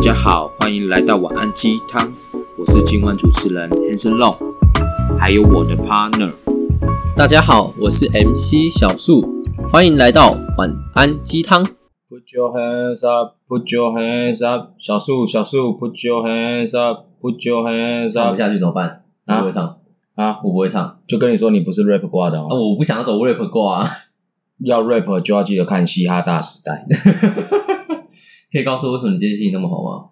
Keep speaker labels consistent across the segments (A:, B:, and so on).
A: 家好，欢迎来到晚安鸡汤，我是今晚主持人 Hanson Long，还有我的 partner。
B: 大家好，我是 MC 小树，欢迎来到晚安鸡汤。
A: Put your hands up, put your hands up，小树小树，Put your hands up, put your hands
B: 唱
A: up
B: 不。下去怎么办？我
A: 啊
B: 不会唱
A: 啊，
B: 我不会唱啊！
A: 就跟你说你不是 rap 挂的哦，
B: 我不想要走 rap 挂、啊，
A: 要 rap 就要记得看《嘻哈大时代》。
B: 可以告诉我为什么你今天心情那么好吗？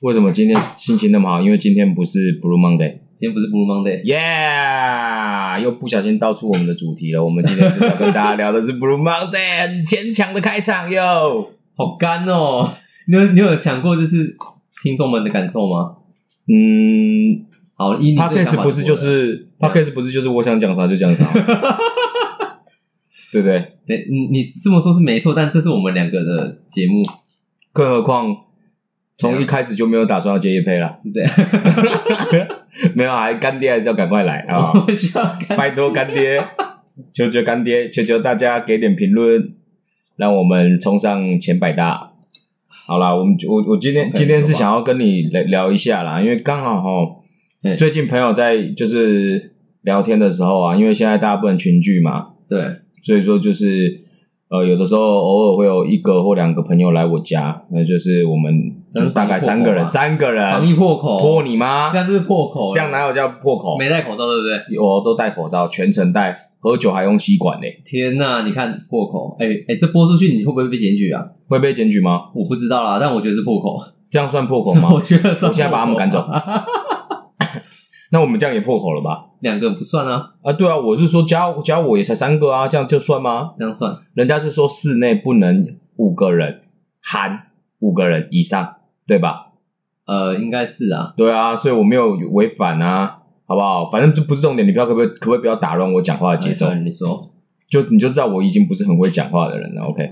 A: 为什么今天心情那么好？因为今天不是 Blue Monday。
B: 今天不是 Blue Monday，
A: Yeah，又不小心道出我们的主题了。我们今天就是要跟大家聊的是 Blue Monday，很牵强的开场哟。
B: 好干哦！你有你有想过就是听众们的感受吗？
A: 嗯
B: 好，以你这个想
A: Podcast
B: 法
A: 不是就是
B: 对
A: Podcast 不是就是我想讲啥就讲啥，对不对？
B: 对你你这么说是没错，但这是我们两个的节目
A: 更何况从
B: 对
A: 一
B: 啊
A: 开始就没有打算要接叶配 了，
B: 是这样，
A: 没有啊，干爹还是要赶快来啊！
B: 我需要干
A: 拜托干 爹，求求干爹，求求大家给点评论，让我们冲上前百大。好啦，我们我我今天
B: OK，
A: 今天是
B: 走吧
A: 想要跟你聊聊一下啦，因为刚好哈
B: 对，
A: 最近朋友在就是聊天的时候啊，因为现在大家不能群聚嘛，
B: 对
A: 所以说就是呃，有的时候偶尔会有一个或两个朋友来我家，那就是我们
B: 这
A: 就是是大概三个人，三个
B: 防
A: 人
B: 疫破口，
A: 破你妈
B: 这，样就是破口了，
A: 这样哪有叫破口？
B: 没戴口罩对不对？
A: 我都戴口罩，全程戴，喝酒还用吸管嘞，
B: 天呐，你看破口，哎、哎、这播出去你会不会被检举啊？
A: 会被检举吗？
B: 我不知道啦，但我觉得是破口，
A: 这样算破口
B: 我
A: 吗？
B: 觉得是
A: 我现在把他们赶走那我们这样也破口了吧？
B: 两个不算啊，
A: 啊，对啊，我是说加加我也才三个啊，这样就算吗？
B: 这样算
A: 人家是说室内不能五个人，含五个人以上，对吧？
B: 呃，应该是啊，
A: 对啊，所以我没有违反啊，好不好？反正这不是重点，你不要可不可以可不可以不要打乱我讲话的节奏？
B: 哎你说
A: 就你就知道我已经不是很会讲话的人了。OK，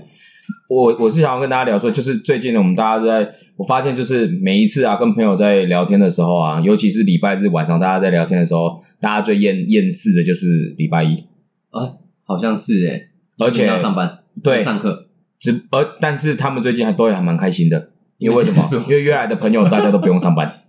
A: 我我是想要跟大家聊说，就是最近呢，我们大家都在，我发现就是每一次啊，跟朋友在聊天的时候啊，尤其是礼拜日晚上大家在聊天的时候，大家最厌厌世的就是礼拜一，
B: 好像是哎、
A: 而且
B: 你要上班，
A: 对，
B: 上课，
A: 只而但是他们最近还都还蛮开心的，因为为什么
B: 不用？
A: 因为约来的朋友大家都不用上班，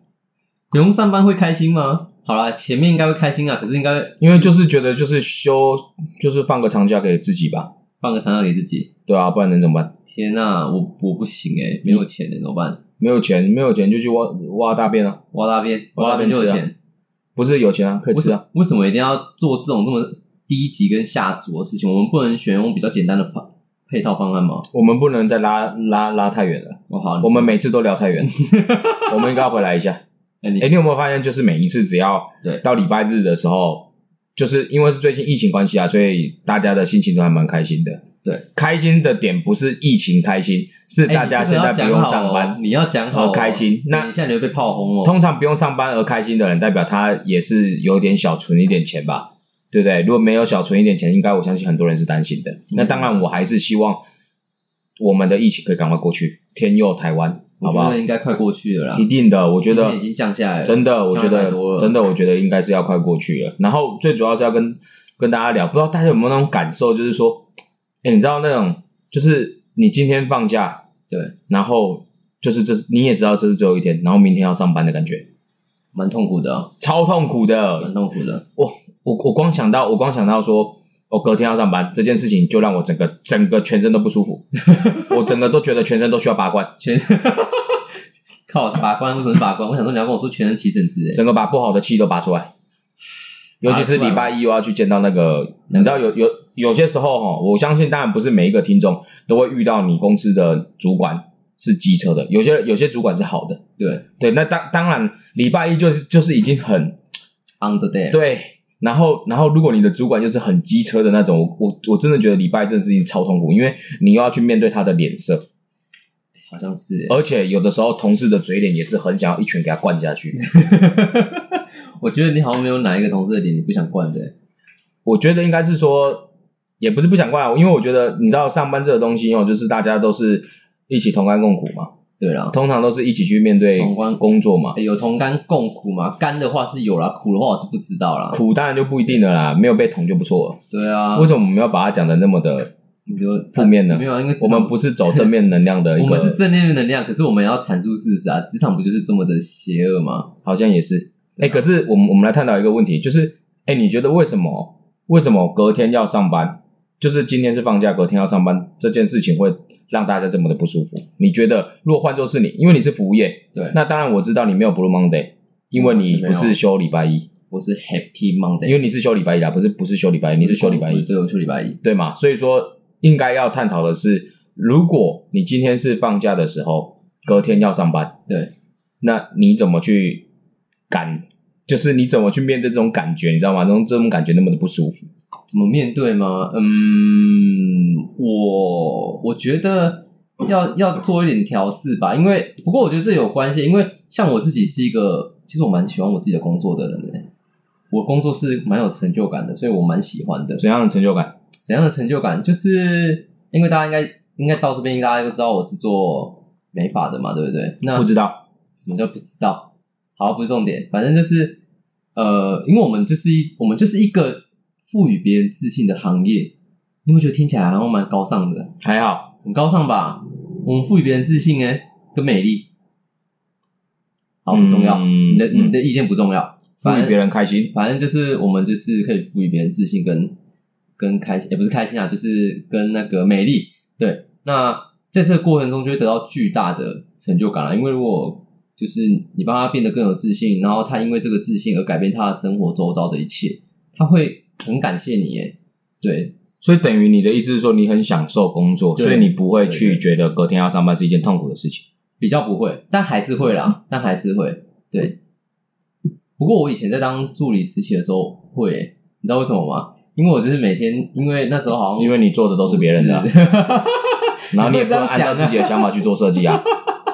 B: 不用上班会开心吗？好啦，前面应该会开心啊，可是应该
A: 因为就是觉得就是休就是放个长假给自己吧。
B: 放个长假给自己。
A: 对啊，不然能怎么办？
B: 天呐、我我不行哎、没有钱哎、怎么办？
A: 没有钱，没有钱就去挖挖大便啊！
B: 挖大便，
A: 挖
B: 挖
A: 大
B: 大
A: 便
B: 便就有
A: 吃啊
B: 钱，
A: 不是有钱啊，可以
B: 为
A: 吃
B: 什
A: 啊！
B: 为什么一定要做这种这么低级跟下属的事情？我们不能选用比较简单的方配套方案吗？哦
A: 我们不能再拉拉拉太远了，
B: 我好，你
A: 我们
B: 说
A: 每次都聊太 远，我们应该要回来一下。
B: 哎、你
A: 哎、你有没有发现，就是每一次只要
B: 对
A: 到礼拜日的时候，就是因为是最近疫情关系啊，所以大家的心情都还蛮开心的。
B: 对，
A: 开心的点不是疫情开心，是
B: 哎
A: 大家现在不用上班，
B: 你这个要讲好哦、你要讲好、哦，
A: 好开心那
B: 等一下你会被炮轰哦。
A: 通常不用上班而开心的人，代表他也是有点小存一点钱吧，对不对？如果没有小存一点钱，应该我相信很多人是担心
B: 嗯
A: 的。那当然，我还是希望我们的疫情可以赶快过去，天佑台湾，好
B: 我
A: 不
B: 觉
A: 好
B: 得？应该快过去了啦。
A: 一定的，我觉
B: 今
A: 得
B: 天已经降下来了，
A: 真的，我觉
B: 降下来
A: 得
B: 多了
A: 真的，我觉得应该是要快过去了。然后最主要是要跟跟大家聊，不知道大家有没有那种感受，就是说，哎，你知道那种，就是你今天放假，
B: 对，
A: 然后就是这是你也知道这是最后一天，然后明天要上班的感觉。
B: 蛮痛苦的啊、
A: 超痛苦的。
B: 蛮痛苦的。
A: 我我光想到，我光想到说，我隔天要上班这件事情，就让我整个整个全身都不舒服，我整个都觉得全身都需要拔罐，
B: 全靠法官，为什么是法官？我想说你要跟我说全身起疹子哎，
A: 整个把不好的气都拔出来。尤其是礼拜一，我要去见到那个，你知道有有有些时候哈，我相信当然不是每一个听众都会遇到你公司的主管是机车的，有些有些主管是好的，
B: 对
A: 对，那当当然礼拜一就是就是已经很
B: ，on the day，
A: 对，然后然后如果你的主管就是很机车的那种，我我我真的觉得礼拜这件事情超痛苦，因为你又要去面对他的脸色，
B: 好像是哎。
A: 而且有的时候同事的嘴脸也是很想要一拳给他灌下去。
B: 嗯我觉得你好像没有哪一个同事的脸你不想惯的哎，
A: 我觉得应该是说，也不是不想灌啊，因为我觉得你知道上班这个东西哦，就是大家都是一起同甘共苦嘛，
B: 对啦。
A: 通常都是一起去面对
B: 同甘
A: 工作嘛。
B: 哎有同甘共苦嘛？甘的话是有啦，苦的话我是不知道啦。
A: 苦当然就不一定了啦，没有被捅就不错了。
B: 对啊
A: 为，什么我们要把它讲的那么的
B: 你说
A: 负面的
B: 没有啊，因为职
A: 我
B: 场
A: 们不是走正面能量的一
B: 我
A: 个，
B: 们是正面能量，可是我们也要阐述事实啊。职场不就是这么的邪恶吗？
A: 好像也是。哎、可是我们我们来探讨一个问题，就是哎、你觉得为什么为什么隔天要上班？就是今天是放假，隔天要上班这件事情会让大家这么的不舒服？你觉得，如果换作是你，因为你是服务业，
B: 对，
A: 那当然我知道你没有 Blue Monday，因为你不是休礼拜一，
B: 我是 Happy Monday，
A: 因为你是休礼拜一啦，不是不是休礼拜一，你是休礼拜一，
B: 对，我休礼拜一。
A: 对吗？所以说应该要探讨的是，如果你今天是放假的时候，隔天要上班，
B: 对，
A: 那你怎么去感？就是你怎么去面对这种感觉，你知道吗？这种这种感觉那么的不舒服。
B: 怎么面对吗？嗯，我我觉得要要做一点调试吧，因为不过我觉得这有关系，因为像我自己是一个，其实我蛮喜欢我自己的工作的人的，我工作是蛮有成就感的，所以我蛮喜欢的。
A: 怎样的成就感？
B: 怎样的成就感？就是因为大家应该应该到这边，大家都知道我是做美发的嘛，对不对？那
A: 不知道。
B: 什么叫不知道？好，不是重点，反正就是呃，因为我们就是一我们就是一个赋予别人自信的行业，你有没有觉得听起来好像蛮高尚的？
A: 还好，
B: 很高尚吧？我们赋予别人自信、欸，哎，跟美丽，好
A: 嗯
B: 不重要。
A: 嗯
B: 你的你的意见不重要，
A: 赋
B: 反
A: 予
B: 正
A: 别人开心。
B: 反正就是我们就是可以赋予别人自信跟跟开心，也不是开心啊，就是跟那个美丽。对，那在这个过程中就会得到巨大的成就感了，啊因为如果就是你帮他变得更有自信，然后他因为这个自信而改变他的生活周遭的一切，他会很感谢你耶。对，
A: 所以等于你的意思是说，你很享受工作，
B: 对
A: 所以你不会
B: 对
A: 去
B: 对
A: 觉得隔天要上班是一件痛苦的事情。
B: 比较不会，但还是会啦，但还是会。对，不过我以前在当助理实习的时候会耶，你知道为什么吗？因为我就是每天，因为那时候好像
A: 因为你做的都是别人的啊、 然后你也不能按照自己的想法去做设计啊。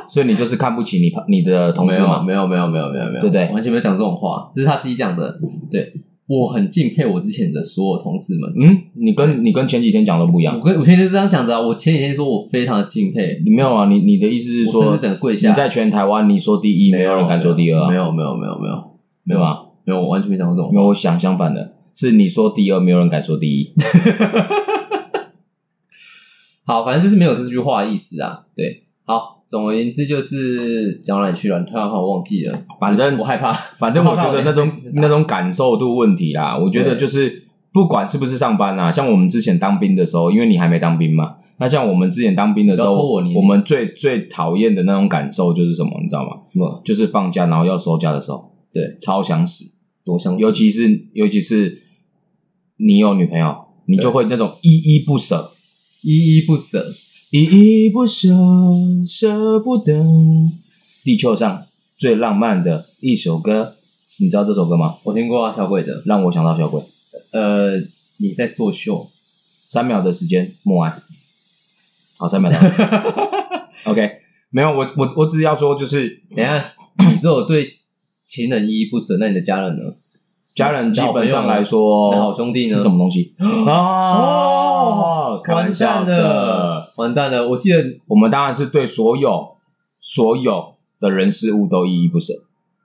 A: 所以你就是看不起你你的同事嘛？
B: 没有没有没有没有没有，
A: 对不对
B: 完全没有讲这种话，这是他自己讲的。对我很敬佩我之前的所有同事们，
A: 嗯，你跟你跟前几天讲的不一样
B: 我。跟我前天就这样讲的、啊，我前几天说我非常的敬佩，
A: 你没有啊？你你的意思是
B: 我甚
A: 说
B: 至，整个跪下，
A: 你在全台湾你说第一，没有人敢说第二啊？
B: 没有没有没有没有
A: 对
B: 没有
A: 吧？
B: 没有，我完全没讲过这种
A: 没
B: 话。
A: 有，我想相反的，是你说第二，没有人敢说第 一。
B: 好，反正就是没有这句话的意思啊。对，好，总而言之就是讲到哪里去了，你突然让我忘记了，
A: 反正
B: 我害怕。
A: 反正我觉得那种
B: 我怕我
A: 那种感受度问题啦，我觉得
B: 对
A: 就是不管是不是上班啦、啊像我们之前当兵的时候，因为你还没当兵嘛，那像我们之前当兵的时候，
B: 不要拖我你
A: 我们最最讨厌的那种感受就是什么，你知道吗？
B: 什么
A: 就是放假然后要收假的时候，
B: 对，
A: 超想死。
B: 多相
A: 尤
B: 似？
A: 其是尤其是你有女朋友，你就会那种依依不舍，
B: 依依不舍，
A: 依依不舍，舍不得。地球上最浪漫的一首歌，你知道这首歌吗？
B: 我听过啊，小鬼的。
A: 让我想到小鬼。
B: 呃，你在作秀，
A: 三秒的时间，默哀。好，三秒 到。OK，没有，我我我只是要说，就是
B: 等一下，你只有对情人依依不舍，那你的家人呢？
A: 家人基本上来
B: 你的好
A: 说
B: 兄弟呢？
A: 哦是什么东西？哦
B: 哦
A: 开玩
B: 完
A: 笑
B: 蛋
A: 的
B: 了，。完蛋了！我记得
A: 我们当然是对所有所有的人事物都依依不舍，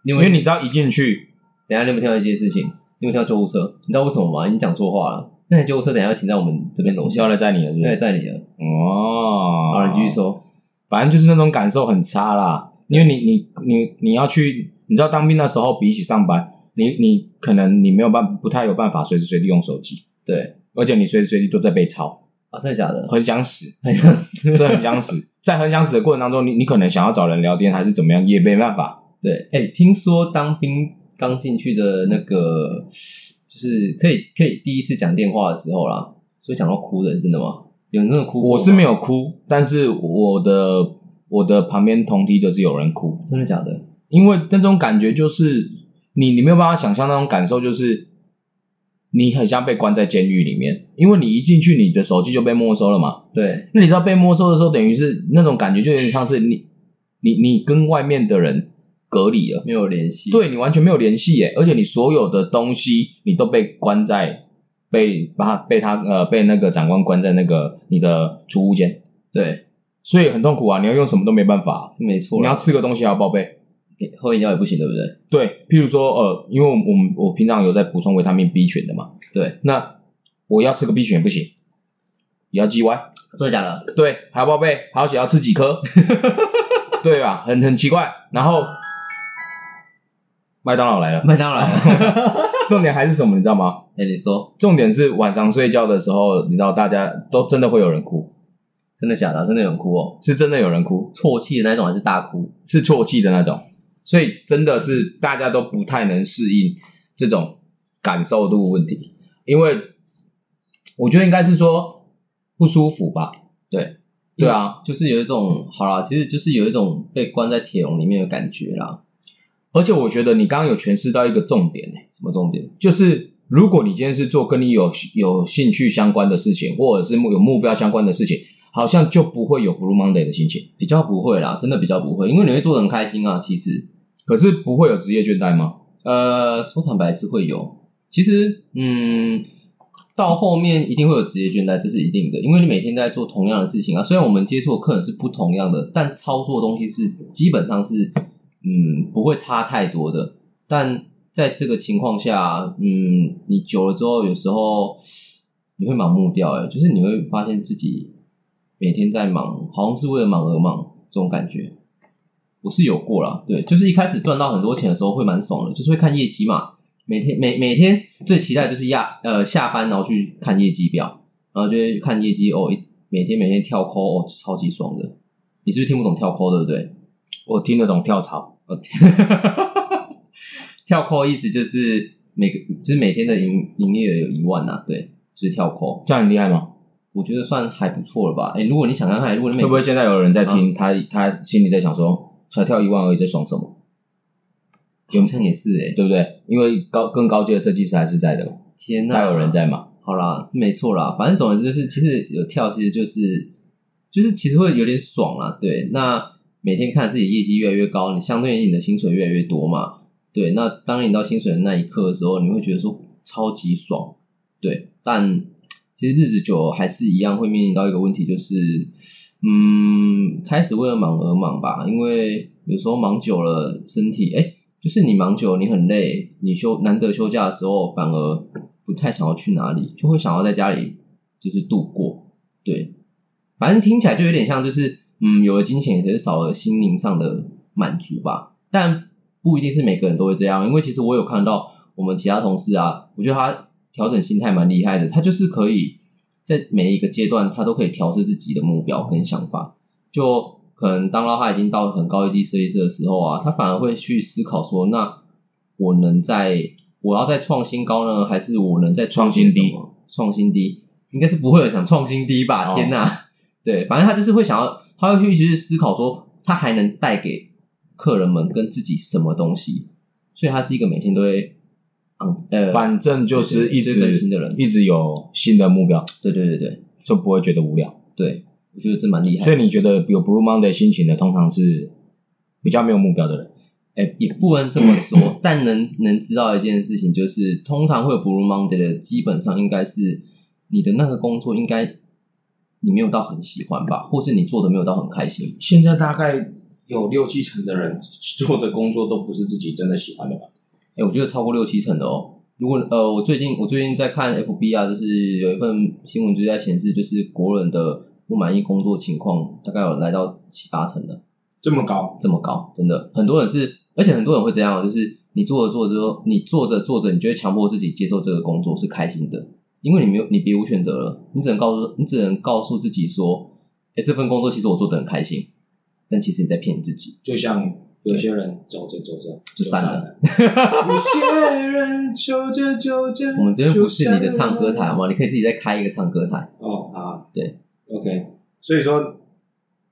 B: 你
A: 因
B: 有没
A: 为
B: 有
A: 你知道一进去，
B: 等一下你有没有听到一件事情？你有没有听到救护车？你知道为什么吗？你讲错话了。那台救护车等一下要停在我们这边楼
A: 我
B: 下
A: 笑
B: 了，
A: 了在你了，是不
B: 那也
A: 是？
B: 在你了。
A: 哦，
B: 好，你继续说。
A: 反正就是那种感受很差啦，因为你你你你要去，你知道当兵那时候比起上班，你你可能你没有办不太有办法随时随地用手机，
B: 对，
A: 而且你随时随地都在被抄，
B: 啊，真的假的？
A: 很想死，
B: 很像是。
A: 真的很想死。在很想死的过程当中，你你可能想要找人聊天还是怎么样，也没办法。
B: 对， 哎、听说当兵刚进去的那个，就是可以可以第一次讲电话的时候啦，所以讲到哭的，真的吗？有人真的哭过
A: 我
B: 吗
A: 是没有哭，但是我的我的旁边同梯的是有人哭，
B: 真的假的？
A: 因为那种感觉就是你你没有办法想象那种感受，就是你很像被关在监狱里面，因为你一进去，你的手机就被没收了嘛。
B: 对，
A: 那你知道被没收的时候，等于是那种感觉就有点像是你你你跟外面的人隔离了，
B: 没有联系。，
A: 对你完全没有联系耶，而且你所有的东西你都被关在被把他被他呃被那个长官关在那个你的储物间，
B: 对，
A: 所以很痛苦啊！你要用什么都没办法，
B: 是没错
A: 你要
B: 啦。
A: 吃个东西还要报备。
B: 你要喝饮料也不行，对不对？
A: 对，譬如说，呃，因为我我们我平常有在补充维他命 B 群的嘛，
B: 对，
A: 那我要吃个 B 群也不行，也要 G Y，
B: 真的假的？
A: 对，还要报备，还要写要吃几颗， 对吧？很很奇怪。然后麦当劳来了，
B: 麦 当劳，
A: 重点还是什么，你知道吗？
B: 哎，你说
A: 重点是晚上睡觉的时候，你知道大家都真的会有人哭，
B: 真的假的？真的有人哭哦，
A: 是真的有人哭，
B: 啜泣的那种还是大哭？
A: 是啜泣的那种，所以真的是大家都不太能适应这种感受度问题，因为我觉得应该是说不舒服吧，
B: 对，
A: 对啊，
B: 就是有一种好啦，其实就是有一种被关在铁笼里面的感觉啦。
A: 而且我觉得你刚刚有诠释到一个重点、欸，
B: 什么重点？
A: 就是如果你今天是做跟你有有兴趣相关的事情，或者是目有目标相关的事情，好像就不会有 Blue Monday 的心情，
B: 比较不会啦，真的比较不会，因为你会做的很开心啊。其实，
A: 可是不会有职业倦怠吗？
B: 呃，说坦白是会有，其实，嗯，到后面一定会有职业倦怠，这是一定的，因为你每天在做同样的事情啊。虽然我们接触的客人是不同样的，但操作的东西是基本上是，嗯，不会差太多的。但在这个情况下，嗯，你久了之后，有时候你会盲目掉、欸，哎，就是你会发现自己每天在忙，好像是为了忙而忙这种感觉。我是有过啦，对，就是一开始赚到很多钱的时候会蛮爽的，就是会看业绩嘛。每天每每天最期待就是下呃下班然后去看业绩表，然后就会看业绩哦，一每天每天跳扣哦，超级爽的。你是不是听不懂跳扣对不对？
A: 我听得懂跳槽，
B: 哦，跳扣意思就是每个就是每天的营营业额有一万啊，对，就是跳扣，
A: 这样很厉害吗？
B: 我觉得算还不错了吧。哎，如果你想看看，如果你每
A: 会不会现在有人在
B: 嗯
A: 听、他，他心里在想说，才跳一万而已，在爽什么？
B: 好像也是哎、
A: 对不对？因为高更高阶的设计师还是在的嘛，
B: 天呐，
A: 还有人在嘛？
B: 好啦，是没错啦，反正总而言之就是，其实有跳，其实就是就是其实会有点爽啦。对，那每天看自己业绩越来越高，你相对于你的薪水越来越多嘛。对，那当你到薪水的那一刻的时候，你会觉得说超级爽。对，但其实日子久了还是一样会面临到一个问题，就是嗯，开始为了忙而忙吧，因为有时候忙久了，身体哎。就是你忙久，你很累，你休难得休假的时候，反而不太想要去哪里，就会想要在家里就是度过。对，反正听起来就有点像，就是嗯，有了金钱，可是少了心灵上的满足吧。但不一定是每个人都会这样，因为其实我有看到我们其他同事啊，我觉得他调整心态蛮厉害的，他就是可以在每一个阶段，他都可以调试自己的目标跟想法。就可能当到他已经到很高一级设计师的时候啊，他反而会去思考说，那我能在我要再创新高呢，还是我能再
A: 创新低
B: 什么？创新低应该是不会有想创新低吧？
A: 哦
B: 天哪！对，反正他就是会想要，他会去一直去思考说，他还能带给客人们跟自己什么东西，所以他是一个每天都会，嗯呃，
A: 反正就是一
B: 对对
A: 直
B: 对新的人
A: 一直有新的目标，
B: 对对对对
A: 就不会觉得无聊。
B: 对，我觉得这蛮厉害的。
A: 所以你觉得有 Blue Monday 心情的，通常是比较没有目标的人。
B: 哎、也不能这么说， 但能能知道一件事情，就是通常会有 Blue Monday 的，基本上应该是你的那个工作应该你没有到很喜欢吧，或是你做的没有到很开心。
A: 现在大概有六七成的人做的工作都不是自己真的喜欢的吧？
B: 哎、我觉得超过六七成的哦。如果呃，我最近我最近在看 FB 啊，就是有一份新闻就在显示，就是国人的不满意工作情况大概有来到七八成的。
A: 这么高，
B: 这么高，真的很多人是，而且很多人会这样哦，就是你做着做着之后，你做着做着，你就会强迫自己接受这个工作是开心的，因为你没有你别无选择了，你只能告诉你只能告诉自己说，哎，这份工作其实我做的很开心，但其实你在骗你自己。
A: 就像有些人走着走着
B: 就散了，
A: 有些人走着走着，
B: 我们这边不是你的唱歌台吗？你可以自己再开一个唱歌台。
A: 哦，好，
B: 对
A: ，OK，所以说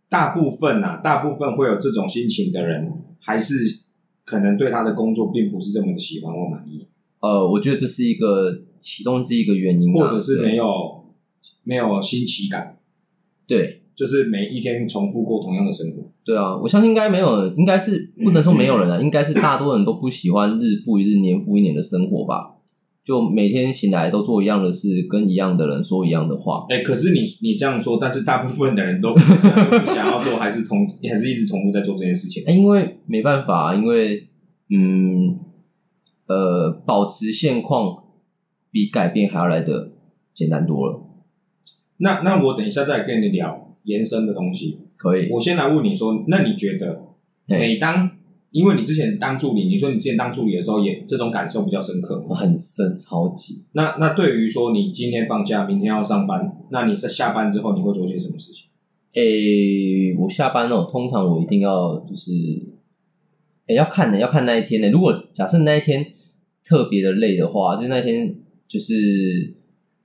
A: 大部分啊，大部分会有这种心情的人，还是可能对他的工作并不是这么的喜欢或满意，
B: 呃，我觉得这是一个其中之一个原因啊、
A: 或者是没
B: 有
A: 有没有新奇感，
B: 对。
A: 就是每一天重复过同样的生活。
B: 对啊，我相信应该没有人，应该是不能说没有人
A: 嗯
B: 啊，应该是大多人都不喜欢日复一日、年复一年的生活吧。就每天醒来都做一样的事，跟一样的人说一样的话。
A: 哎、可是你你这样说，但是大部分的人都不想要做，还 是同还是一直重复在做这件事情。
B: 哎，因为没办法啊，因为嗯呃，保持现况比改变还要来的简单多了。
A: 那那我等一下再跟你聊延伸的东西。
B: 可以，
A: 我先来问你说，那你觉得
B: 嘿
A: 每当因为你之前当助理，你说你之前当助理的时候也这种感受比较深刻嘛？
B: 我很深，超级。
A: 那那对于说你今天放假，明天要上班，那你在下班之后你会做些什么事情？
B: 诶、我下班哦，通常我一定要就是，诶、要看的，要看那一天的。如果假设那一天特别的累的话，就是那一天就是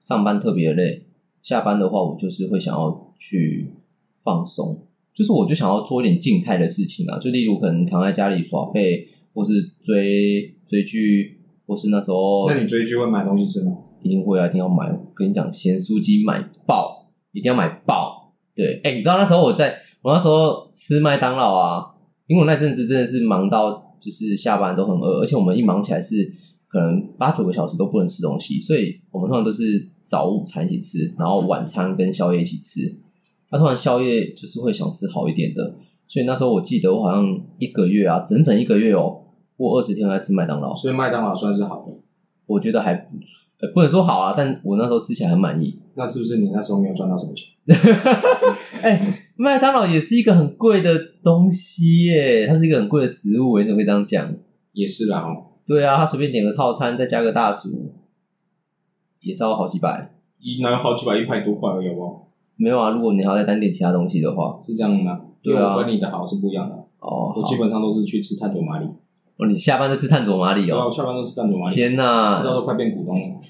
B: 上班特别的累，下班的话，我就是会想要去放松，就是我就想要做一点静态的事情啊，就例如可能躺在家里耍废，或是追追剧，或是那时候
A: 那你追剧会买东西吃吗？
B: 一定会啊，一定要买。我跟你讲，咸酥鸡买爆，一定要买爆。对，哎、你知道那时候我在，我那时候吃麦当劳啊，因为我那阵子真的是忙到就是下班都很饿，而且我们一忙起来是可能八九个小时都不能吃东西，所以我们通常都是早午餐一起吃，然后晚餐跟宵夜一起吃。那、通常宵夜就是会想吃好一点的，所以那时候我记得我好像一个月啊，整整一个月哦，我二十天都在吃麦当劳。
A: 所以麦当劳算是好的。
B: 我觉得还不错，呃，不能说好啊，但我那时候吃起来很满意。
A: 那是不是你那时候没有赚到什么钱？
B: 哎、麦当劳也是一个很贵的东西耶，它是一个很贵的食物，你怎么可以这样讲？
A: 也是啦哦，
B: 对啊，它随便点个套餐，再加个大薯，也是要好几百。
A: 一哪有好几百一百多块而已，好不好？
B: 没有啊，如果你还要再单点其他东西的话，
A: 是这样吗？
B: 对啊
A: 因为我跟你的好是不一样的，
B: 哦，
A: 我基本上都是去吃碳酒麻啊里，
B: 好哦，你下班就吃碳佐麻里
A: 然
B: 哦
A: 后，下班都吃碳酒麻里，
B: 天啊
A: 吃到
B: 哪！
A: 都快变股东了。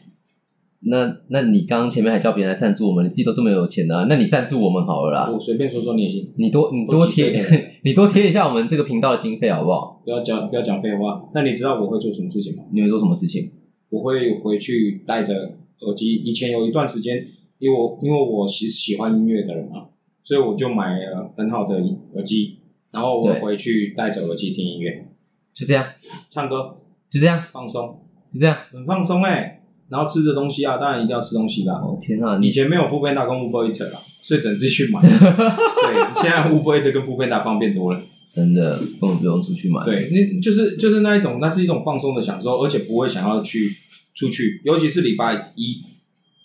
B: 那那你刚刚前面还叫别人来赞助我们，你自己都这么有钱啊，那你赞助我们好了啦，
A: 我随便说说你也行，
B: 你多你
A: 我
B: 多
A: 几岁
B: 贴
A: 了
B: 你多贴一下我们这个频道的经费好不好？
A: 不要讲不要讲废话。那你知道我会做什么事情吗？
B: 你会做什么事情？
A: 我会回去戴着耳机。以前有一段时间，因为我因为我喜喜欢音乐的人嘛，所以我就买了很好的耳机，然后我
B: 对
A: 回去戴着耳机听音乐、
B: 就这样，
A: 唱歌、
B: 就这样，
A: 放松，
B: 就这样。
A: 很放松哎、然后吃着东西啊，当然一定要吃东西啦。
B: 哦天啊，
A: 以
B: 你
A: 前没有 f o o p a n d a 跟 Uber Eats 啦，啊所以只能自己 去买。对，现在 Uber Eats 跟 f o o p a n d a 方便多了。
B: 真的根本不用出去买。
A: 对，那就是就是那一种，那是一种放松的享受，而且不会想要去出去，尤其是礼拜一，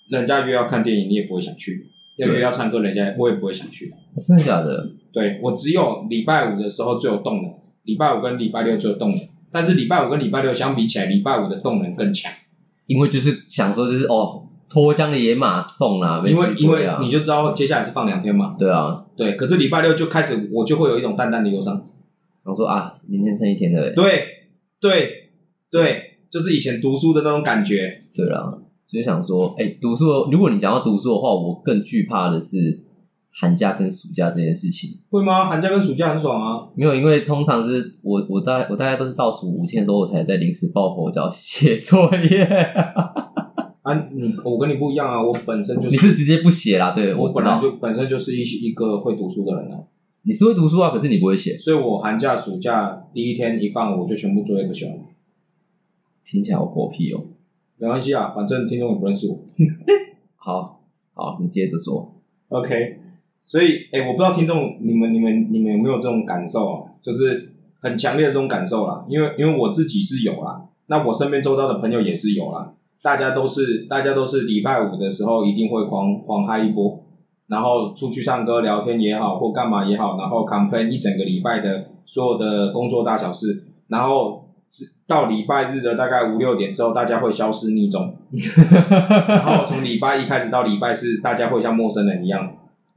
A: 人家约要看电影，你也不会想去；要约要唱歌，人家我也不会想去。
B: 真的假的？
A: 对我只有礼拜五的时候最有动能，礼拜五跟礼拜六最有动能，但是礼拜五跟礼拜六相比起来，礼拜五的动能更强，
B: 因为就是想说，就是哦，脱缰的野马送啦，没
A: 因为
B: 出去
A: 因为
B: 啊
A: 你就知道接下来是放两天嘛。
B: 对啊，
A: 对，可是礼拜六就开始，我就会有一种淡淡的忧伤。
B: 想说啊，明天剩一天的，
A: 对，对，对，就是以前读书的那种感觉。
B: 对啦，就是想说，哎、读书，如果你讲到读书的话，我更惧怕的是寒假跟暑假这件事情。
A: 会吗？寒假跟暑假很爽啊。
B: 没有，因为通常是我我大概我大概都是倒数五天的时候，我才在临时抱佛脚写作业。
A: 啊，你我跟你不一样啊，我本身就
B: 你是直接不写啦？对，
A: 我
B: 知
A: 本来
B: 道。
A: 就本身就是一一个会读书的人啊，
B: 你是会读书啊，可是你不会写，
A: 所以我寒假暑假第一天一放，我就全部作业都写完。
B: 听起来好狗屁哦。
A: 没关系啊，反正听众也不认识我。
B: 好，好，你接着说。
A: OK，所以哎、我不知道听众你们你们你们有没有这种感受啊？就是很强烈的这种感受啦，因为因为我自己是有啦，那我身边周遭的朋友也是有啦，大家都是大家都是礼拜五的时候一定会狂狂嗨一波，然后出去唱歌聊天也好，或干嘛也好，然后 complain 一整个礼拜的所有的工作大小事，然后。到礼拜日的大概五六点之后，大家会消失匿踪。然后从礼拜一开始到礼拜四，大家会像陌生人一样，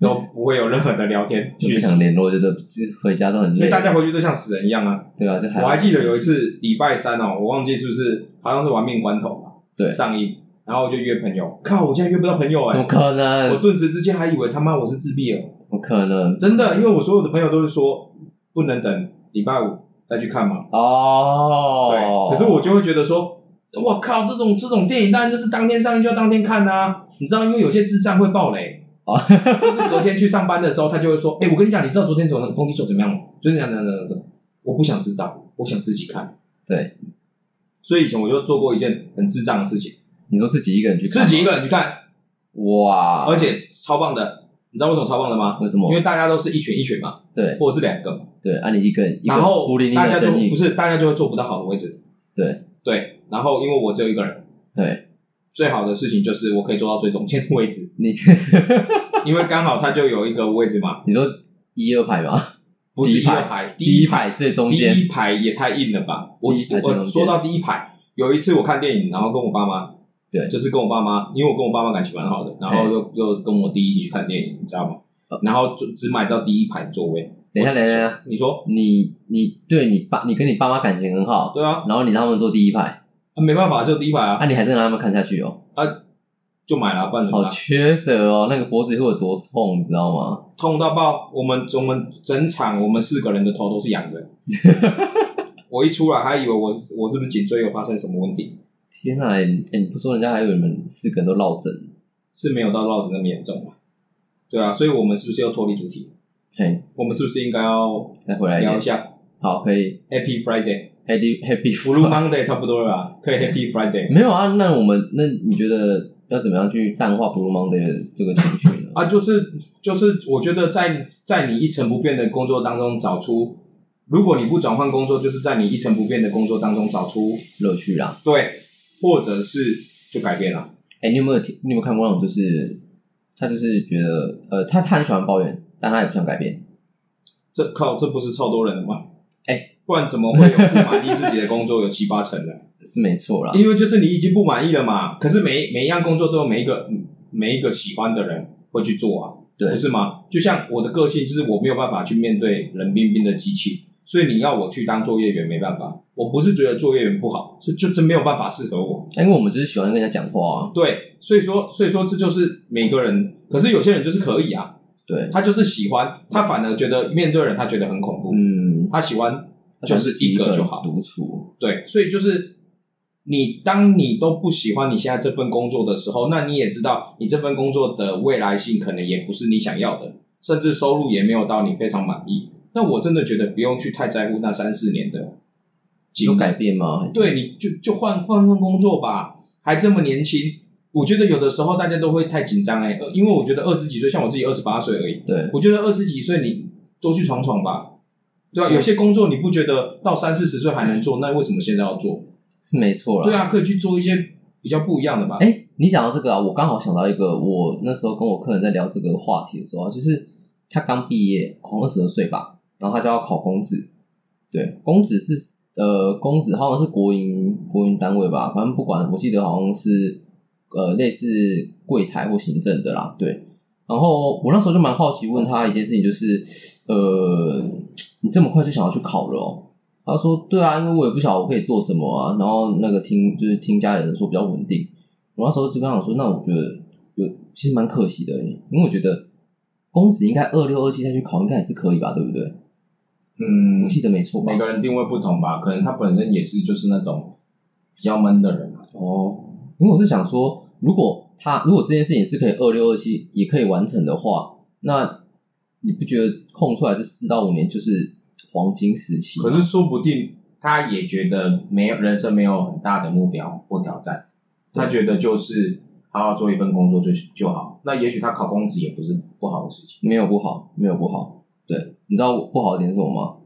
A: 都不会有任何的聊天
B: 就
A: 讯
B: 不
A: 息
B: 想联络，就是就是回家都很
A: 因
B: 累
A: 为。大家回去都像死人一样啊！
B: 对啊，就还
A: 我还记得有一次礼拜三哦，我忘记是不是好像是玩命关头吧，
B: 对
A: 上映，然后就约朋友，靠，我现在约不到朋友
B: 怎么
A: 哎、
B: 可
A: 我
B: 能？
A: 顿时之间还以为他妈我是自闭了，
B: 怎么可能？
A: 真的，因为我所有的朋友都是说不能等礼拜五再去看嘛，
B: 哦，
A: 对，可是我就会觉得说，我靠，这种这种电影当然就是当天上映就要当天看啊，你知道，因为有些智障会爆雷。
B: 哦
A: 就是隔天去上班的时候，他就会说：“哎、我跟你讲，你知道昨天怎么风机手怎么样吗？就是这样，这样，这样，这样。我不想知道，我想自己看。”
B: 对，
A: 所以以前我就做过一件很智障的事情，
B: 你说自己一个人去看
A: 自
B: 吗，
A: 己一个人去看，
B: 哇，
A: 而且超棒的。你知道为什么超棒的吗？
B: 为什么
A: 因？为大家都是一群一群嘛，
B: 对
A: 或者是两个嘛，
B: 对，啊，你一个人，一个
A: 然后
B: 孤零零
A: 大
B: 的
A: 家就
B: 身影
A: 不，是大家就会坐不到好的位置。
B: 对
A: 对，然后因为我只有一个人，
B: 对，
A: 最好的事情就是我可以做到最中间的位 置，
B: 你这是
A: 因为刚好它就有一个位置嘛，
B: 你说一二排吧，
A: 不是
B: 第一
A: 一
B: 排
A: 二排，
B: 第
A: 一
B: 一排最中
A: 第
B: 间，
A: 一排也太硬了吧！我
B: 第一排最中
A: 我
B: 间
A: 说到第一排，有一次我看电影，然后跟我爸妈，
B: 对
A: 就是跟我爸妈，因为我跟我爸妈感情蛮好的，然后
B: 嘿
A: 又又跟我弟一起去看电影，你知道吗
B: 呃？
A: 然后就只买到第一排的座位。
B: 等一下，等一下等一下，
A: 你说
B: 你你对你爸，你跟你爸妈感情很好，
A: 对啊，
B: 然后你让他们坐第一排，
A: 啊没办法，就第一排
B: 啊，
A: 啊，
B: 你还是让他们看下去哦，
A: 就买了啊，不然怎么
B: 好
A: 办
B: 缺德哦，那个脖子会有多痛，你知道吗？
A: 痛到爆！我们我们整场我们四个人的头都是仰的。我一出来还以为我是我是不是颈椎有发生什么问题，
B: 天啊，哎、你哎你不说人家还以为你们四个人都落枕，
A: 是没有到落子那么严重嘛？对啊，所以我们是不是要脱离主题？
B: 嘿，
A: 我们是不是应该要
B: 再回来一
A: 聊
B: 点
A: 一，下
B: 好，可以
A: Happy Friday、
B: ，Happy Happy
A: Blue Monday 差不多了吧？ 可以 Happy Friday
B: 没有啊，那我们那你觉得要怎么样去淡化 Blue Monday 的这个情绪呢？
A: 啊，就是就是，我觉得在在你一成不变的工作当中找出，如果你不转换工作，就是在你一成不变的工作当中找出
B: 乐趣啦，
A: 对，或者是就改变了。
B: 哎、你有没有听你有没有看过那种就是他就是觉得呃他他很喜欢抱怨，但他也不想改变，
A: 这靠，这不是超多人的吗？
B: 哎
A: 不然怎么会有不满意自己的工作有七八成 呢？
B: 是没错啦，
A: 因为就是你已经不满意了嘛。可是每每一样工作都有每一个每一个喜欢的人会去做啊。
B: 对
A: 不是吗？就像我的个性，就是我没有办法去面对冷冰冰的机器，所以你要我去当作业员，没办法。我不是觉得作业员不好，是就真没有办法适合我。
B: 因为我们就是喜欢跟人家讲话啊，
A: 对，所以说，所以说这就是每个人。可是有些人就是可以啊，
B: 对，
A: 他就是喜欢，他反而觉得面对人他觉得很恐怖，
B: 嗯，
A: 他喜欢就是一个就好。
B: 独处，
A: 对，所以就是你当你都不喜欢你现在这份工作的时候，那你也知道你这份工作的未来性可能也不是你想要的，甚至收入也没有到你非常满意。那我真的觉得不用去太在乎那三四年的
B: 有
A: 经历，
B: 改变吗？还是
A: 对，你就就换换份工作吧，还这么年轻。我觉得有的时候大家都会太紧张哎、呃因为我觉得二十几岁，像我自己二十八岁而已，
B: 对，
A: 我觉得二十几岁你多去闯闯吧，对吧、有些工作你不觉得到三四十岁还能做，那为什么现在要做？
B: 是没错啦，
A: 对啊，可以去做一些比较不一样的吧。
B: 哎、你讲到这个啊，我刚好想到一个，我那时候跟我客人在聊这个话题的时候啊，就是他刚毕业，好像二十二岁吧，然后他就要考公职，对，公职是呃，公职好像是国营国营单位吧，反正不管，我记得好像是呃类似柜台或行政的啦，对。然后我那时候就蛮好奇，问他一件事情，就是呃，你这么快就想要去考了哦？他说：“对啊，因为我也不晓得我可以做什么啊。然后那个听就是听家里人说比较稳定，我那时候就跟他讲说，那我觉得有其实蛮可惜的，因为我觉得公职应该二六二七再去考，应该也是可以吧，对不对？
A: 嗯
B: 我记得没错吧
A: 每？个人定位不同吧，可能他本身也是就是那种比较闷的人啊。
B: 哦，因为我是想说，如果他如果这件事情是可以二六二七也可以完成的话，那你不觉得空出来这四到五年就是黄金时期吗？
A: 可是说不定他也觉得没有人生没有很大的目标或挑战，他觉得就是好好做一份工作就就好。那也许他考公职也不是不好的事情。
B: 没有不好，没有不好。对，你知道我不好的点是什么吗？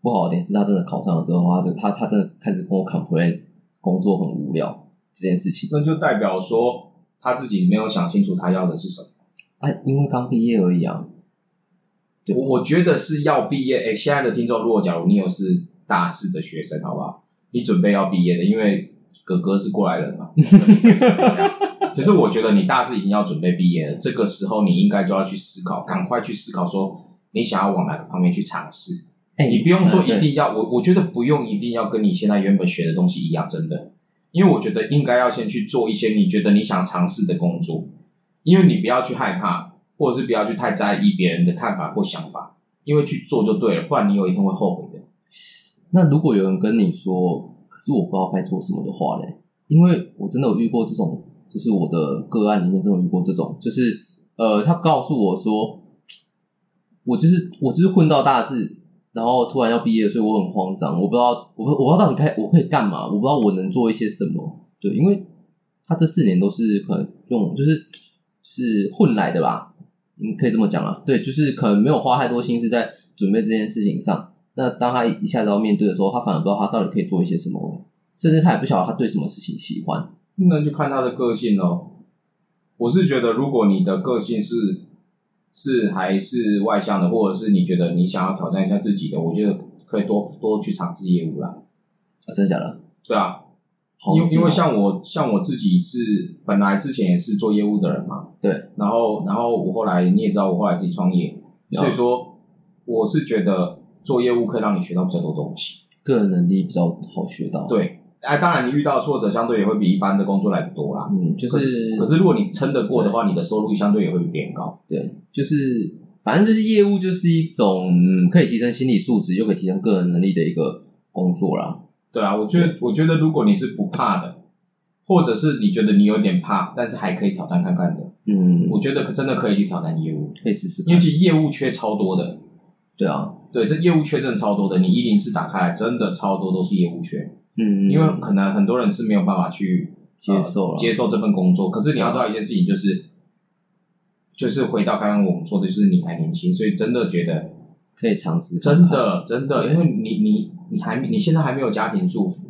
B: 不好的点是他真的考上了之后，他就他他真的开始跟我 complain 工作很无聊这件事情。
A: 那就代表说他自己没有想清楚他要的是什么。
B: 啊，因为刚毕业而已啊。对
A: 我我觉得是要毕业。哎、现在的听众，如果假如你有是大四的学生，好不好？你准备要毕业的，因为哥哥是过来人嘛。就是我觉得你大四已经要准备毕业了，这个时候你应该就要去思考，赶快去思考说你想要往哪个方面去尝试。
B: 哎、
A: 你不用说一
B: 对，
A: 定要，我我觉得不用一定要跟你现在原本学的东西一样，真的，因为我觉得应该要先去做一些你觉得你想尝试的工作，因为你不要去害怕，或者是不要去太在意别人的看法或想法，因为去做就对了，不然你有一天会后悔的。
B: 那如果有人跟你说，可是我不知道该做什么的话嘞，因为我真的有遇过这种，就是我的个案里面真的有遇过这种，就是呃，他告诉我说，我就是我就是混到大四，然后突然要毕业，所以我很慌张，我不知道我不我不知道到底该我可以干嘛，我不知道我能做一些什么，对，因为他这四年都是可能用就是就是混来的吧，嗯，可以这么讲啊，对，就是可能没有花太多心思在准备这件事情上。那当他一下子要面对的时候，他反而不知道他到底可以做一些什么，甚至他也不晓得他对什么事情喜欢。啊
A: 那就看他的个性咯。我是觉得，如果你的个性是是还是外向的，或者是你觉得你想要挑战一下自己的，我觉得可以多多去尝试业务啦。
B: 啊，真的假的？
A: 对啊，
B: 好
A: 因为因为
B: 是哦
A: 像我像我自己是本来之前也是做业务的人嘛，
B: 对，
A: 然后然后我后来你也知道我后来自己创业，
B: 啊
A: 所以说我是觉得做业务可以让你学到比较多东西。
B: 个人能力比较好学到，，
A: 对，哎、当然你遇到挫折相对也会比一般的工作来的多啦。
B: 嗯，就
A: 可
B: 是
A: 可是如果你撑得过的话，你的收入相对也会比别人高。
B: 对，就是反正就是业务就是一种嗯，可以提升心理素质，又可以提升个人能力的一个工作啦。
A: 对啊，我觉得我觉得如果你是不怕的，或者是你觉得你有点怕，但是还可以挑战看看的，
B: 嗯，
A: 我觉得可真的可以去挑战业务，
B: 可以试试
A: 因为
B: 看。
A: 其实业务缺超多的。
B: 对啊，
A: 对，这业务缺真的超多的。你一零四打开来，真的超多都是业务缺，
B: 嗯，
A: 因为可能很多人是没有办法去呃
B: 接受了，
A: 接受这份工作。可是你要知道一件事情，就是就是回到刚刚我们说的，就是你还年轻，所以真的觉得
B: 可以尝试看
A: 真
B: 看，
A: 的真的，
B: 对
A: 因为你你你还你现在还没有家庭束缚，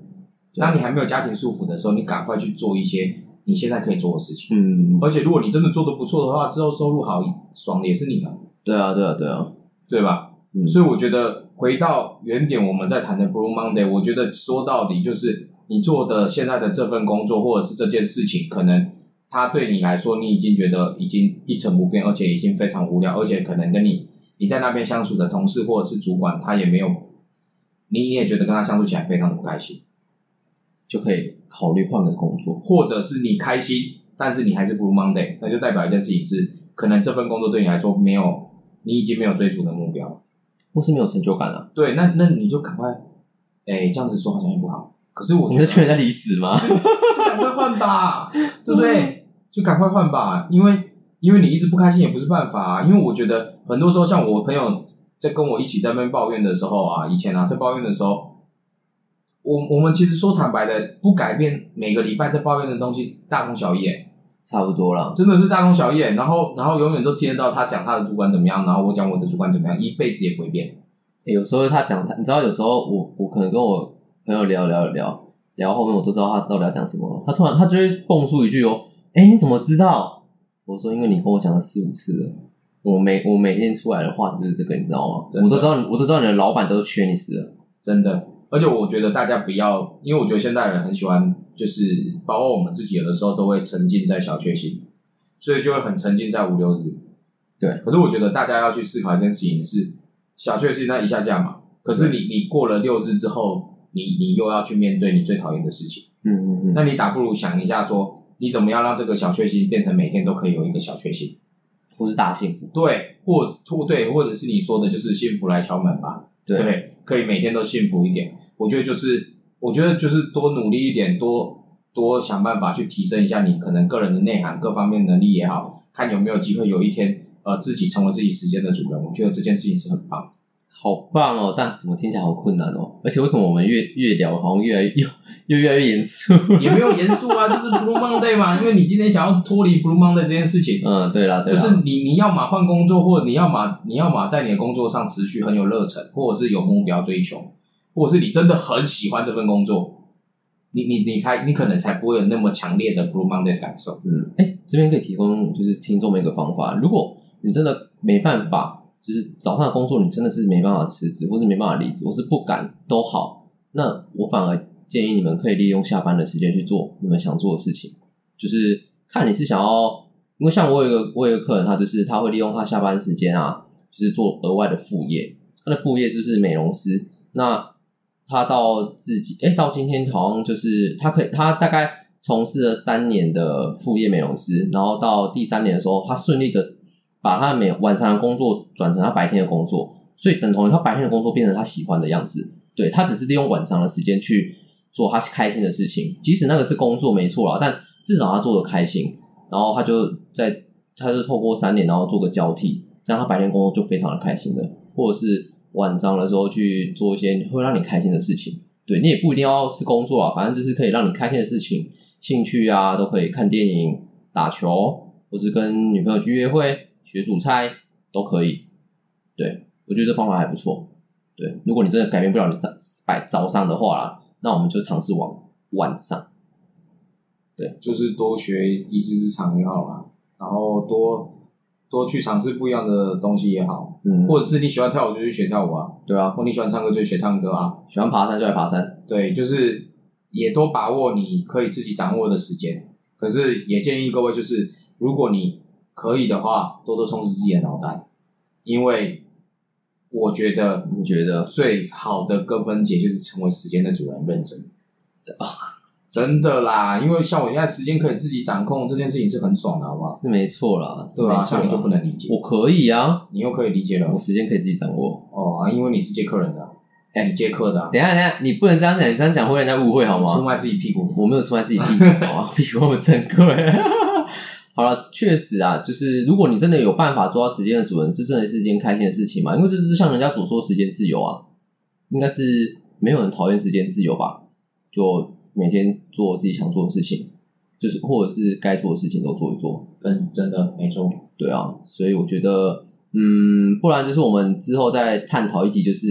B: 对
A: 当你还没有家庭束缚的时候，你赶快去做一些你现在可以做的事情。
B: 嗯，
A: 而且如果你真的做的不错的话，之后收入好，爽的也是你的，
B: 对啊，对啊，对啊，
A: 对吧？
B: 嗯，
A: 所以我觉得回到原点，我们在谈的 Blue Monday，我觉得说到底就是你做的现在的这份工作或者是这件事情，可能它对你来说，你已经觉得已经一成不变，而且已经非常无聊，而且可能跟你你在那边相处的同事或者是主管，他也没有，你也觉得跟他相处起来非常的不开心，
B: 就可以考虑换个工作。
A: 或者是你开心，但是你还是 Blue Monday，那就代表一件事情是，可能这份工作对你来说没有，你已经没有追逐的目标了。
B: 或是没有成就感啊？
A: 对，那那你就赶快，哎、这样子说好像也不好。可是我觉
B: 你在
A: 得
B: 劝人家离职吗？
A: 就赶快换吧，对不
B: 嗯
A: 对？ 就赶快换吧，因为因为你一直不开心也不是办法、啊。因为我觉得很多时候，像我朋友在跟我一起在那边抱怨的时候啊，以前啊在抱怨的时候，我我们其实说坦白的，不改变每个礼拜在抱怨的东西大同小异、哎
B: 差不多啦，
A: 真的是大同小异、哎然后然后永远都听得到他讲他的主管怎么样，然后我讲我的主管怎么样，一辈子也不会变。
B: 欸有时候他讲，你知道，有时候我我可能跟我朋友聊聊聊聊，后面我都知道他到底要讲什么了。他突然他就会蹦出一句哦，哎、你怎么知道？我说因为你跟我讲了四五次了。我每我每天出来的话题就是这个，你知道吗？
A: 真的
B: 我都知道你，我都知道你的老板叫做缺你死了。
A: 真的。而且我觉得大家不要，因为我觉得现代人很喜欢，就是包括我们自己，有的时候都会沉浸在小确幸，所以就会很沉浸在无聊日。
B: 对。
A: 可是我觉得大家要去思考一件事情是，小确幸那一下下嘛，可是你你过了六日之后，你你又要去面对你最讨厌的事情，
B: 嗯嗯嗯，
A: 那你打不如想一下说，你怎么样让这个小确幸变成每天都可以有一个小确幸？
B: 不是大幸福，
A: 对，或是对，或者是你说的就是幸福来敲门吧。
B: 对，
A: 对，可以每天都幸福一点。我觉得就是，我觉得就是多努力一点，多多想办法去提升一下你可能个人的内涵各方面能力也好，看有没有机会有一天呃自己成为自己时间的主人。我觉得这件事情是很棒。
B: 好棒哦！但怎么听起来好困难哦？而且为什么我们越越聊，好像越来越又又越来越严肃？
A: 也没有严肃啊，就是 Blue Monday 嘛，因为你今天想要脱离 Blue Monday 这件事情。
B: 嗯，对啦，对
A: 就
B: 啦，
A: 是你，你要么换工作，或者你要么你要么在你的工作上持续很有热忱，或者是有目标追求，或者是你真的很喜欢这份工作，你你你才你可能才不会有那么强烈的 blue Monday 的感受。
B: 嗯，哎，这边可以提供就是听众们一个方法，如果你真的没办法，就是早上的工作你真的是没办法辞职，或是没办法离职，或是不敢都好，那我反而建议你们可以利用下班的时间去做你们想做的事情，就是看你是想要，因为像我有一个我有一个客人，他就是他会利用他下班时间啊，就是做额外的副业，他的副业就是美容师，那他到自己，哎、到今天好像就是他可以，他大概从事了三年的副业美容师，然后到第三年的时候，他顺利的把他的美晚上的工作转成他白天的工作，所以等同于他白天的工作变成他喜欢的样子。对他只是利用晚上的时间去做他开心的事情，即使那个是工作没错啦，但至少他做的开心。然后他就在，他就透过三年，然后做个交替，这样他白天工作就非常的开心的，或者是晚上的时候去做一些会让你开心的事情。对你也不一定要是工作啊，反正就是可以让你开心的事情，兴趣啊都可以，看电影、打球，或是跟女朋友去约会、学煮菜都可以。对我觉得这方法还不错。对，如果你真的改变不了你早白早上的话啦，那我们就尝试往晚上。
A: 就是多学一技之长也好啦，然后多多去尝试不一样的东西也好，
B: 嗯，
A: 或者是你喜欢跳舞就去学跳舞啊，
B: 对啊，
A: 或你喜欢唱歌就去学唱歌啊，
B: 喜欢爬山就来爬山，
A: 对，就是也多把握你可以自己掌握的时间。可是也建议各位，就是如果你可以的话，多多充实自己的脑袋，因为我觉得
B: 你觉得？
A: 最好的根本解就是成为时间的主人，认真。
B: 啊
A: 真的啦，因为像我现在时间可以自己掌控，这件事情是很爽的，好不好？
B: 是没错啦，是
A: 对吧、
B: 没错
A: 像你就
B: 啦
A: 不能理解，
B: 我可以啊，
A: 你又可以理解了
B: 我时间可以自己掌握。
A: 哦，啊因为你是接客人的啊，哎、你接客的、啊，
B: 等一下，等一下，你不能这样讲，你这样讲会让人家误会好
A: 出
B: 吗？
A: 卖自己屁股。
B: 我没有出卖自己屁股，好吗？ 比我珍贵。 好了，确实啊，就是如果你真的有办法做到时间的主人，这真的是一件开心的事情嘛。因为这就是像人家所说，时间自由啊，应该是没有人讨厌时间自由吧？就每天做自己想做的事情，就是或者是该做的事情都做一做。
A: 嗯，真的没错。
B: 对啊，所以我觉得，嗯，不然就是我们之后再探讨一集，就是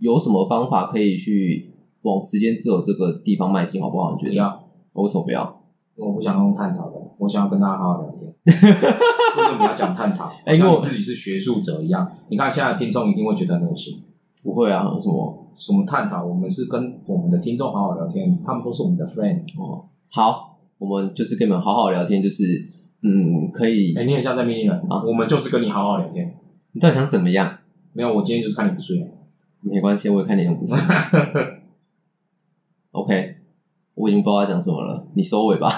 B: 有什么方法可以去往时间自由这个地方迈进，好不好？你觉
A: 不
B: 得？
A: 要，
B: 我为什么不要？
A: 我不想用探讨的，我想要跟大家好好聊 天。为什么要讲探讨？
B: 哎因为我
A: 好像你自己是学术者一样，你看现在的听众一定会觉得很恶心。
B: 不会啊，有什么？
A: 什么探讨？我们是跟我们的听众好好聊天，他们都是我们的 friend。
B: 哦，好，我们就是跟你们好好聊天，就是，嗯，可以
A: 哎、，你很像在命令人、
B: 啊
A: 我们就是跟你好好聊天。
B: 你到底想怎么样？
A: 没有，我今天就是看你不顺眼。
B: 没关系，我也看你很不顺。OK，我已经不知道要讲什么了，你收尾吧。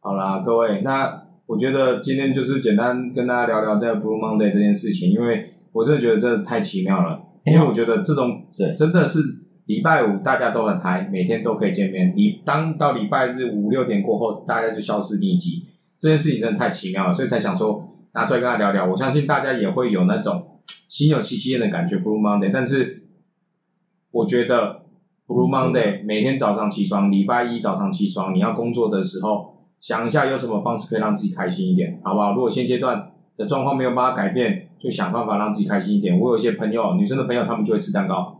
A: 好啦，各位，那我觉得今天就是简单跟大家聊聊这个 Blue Monday 这件事情，因为我真的觉得这太奇妙了，
B: 哎
A: 因为我觉得这种
B: 对
A: 真的是礼拜五大家都很嗨，每天都可以见面。你当到礼拜日五六点过后，大家就消失匿迹，这件事情真的太奇妙了，所以才想说拿出来跟他聊聊。我相信大家也会有那种心有戚戚焉的感觉，Blue Monday。但是我觉得 Blue Monday 每天早上起床，礼拜一早上起床，你要工作的时候，想一下有什么方式可以让自己开心一点，好不好？如果现阶段的状况没有办法改变，就想办法让自己开心一点。我有一些朋友，女生的朋友，她们就会吃蛋糕。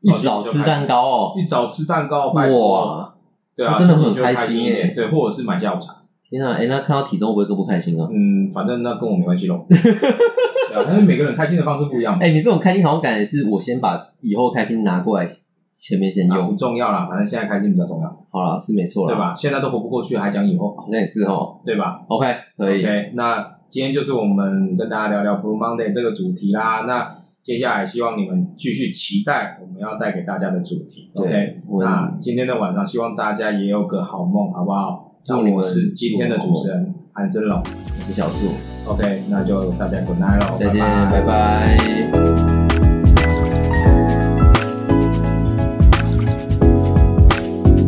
B: 一早吃蛋糕哦，
A: 一早吃蛋糕，拜托，
B: 哇，
A: 对啊，
B: 真的会
A: 心
B: 很
A: 情就会
B: 开
A: 开
B: 心
A: 一
B: 耶
A: 点，对，或者是买下午茶，
B: 天啊，哎，那看到体重会不会更不开心啊？
A: 嗯，反正那跟我没关系 喽，对啊，但是每个人开心的方式不一样嘛，
B: 哎、你这种开心好感也是我先把以后开心拿过来前面先
A: 啊
B: 用，
A: 不重要啦，反正现在开心比较重要，
B: 好啦，是没错啦，
A: 对？吧？现在都活不过去，还讲以后，
B: 好像也是哦。
A: 对吧
B: OK，可以
A: OK，那今天就是我们跟大家聊聊 Blue Monday 这个主题啦，那。接下来希望你们继续期待我们要带给大家的主题。
B: 对
A: OK，
B: 我
A: 那今天的晚上希望大家也有个好梦，好不好？
B: 祝你们
A: 那我是今天的主持人韩森龙。
B: 我是小树，
A: OK，那就大家 good night 喽，
B: 再见，
A: 拜
B: 拜拜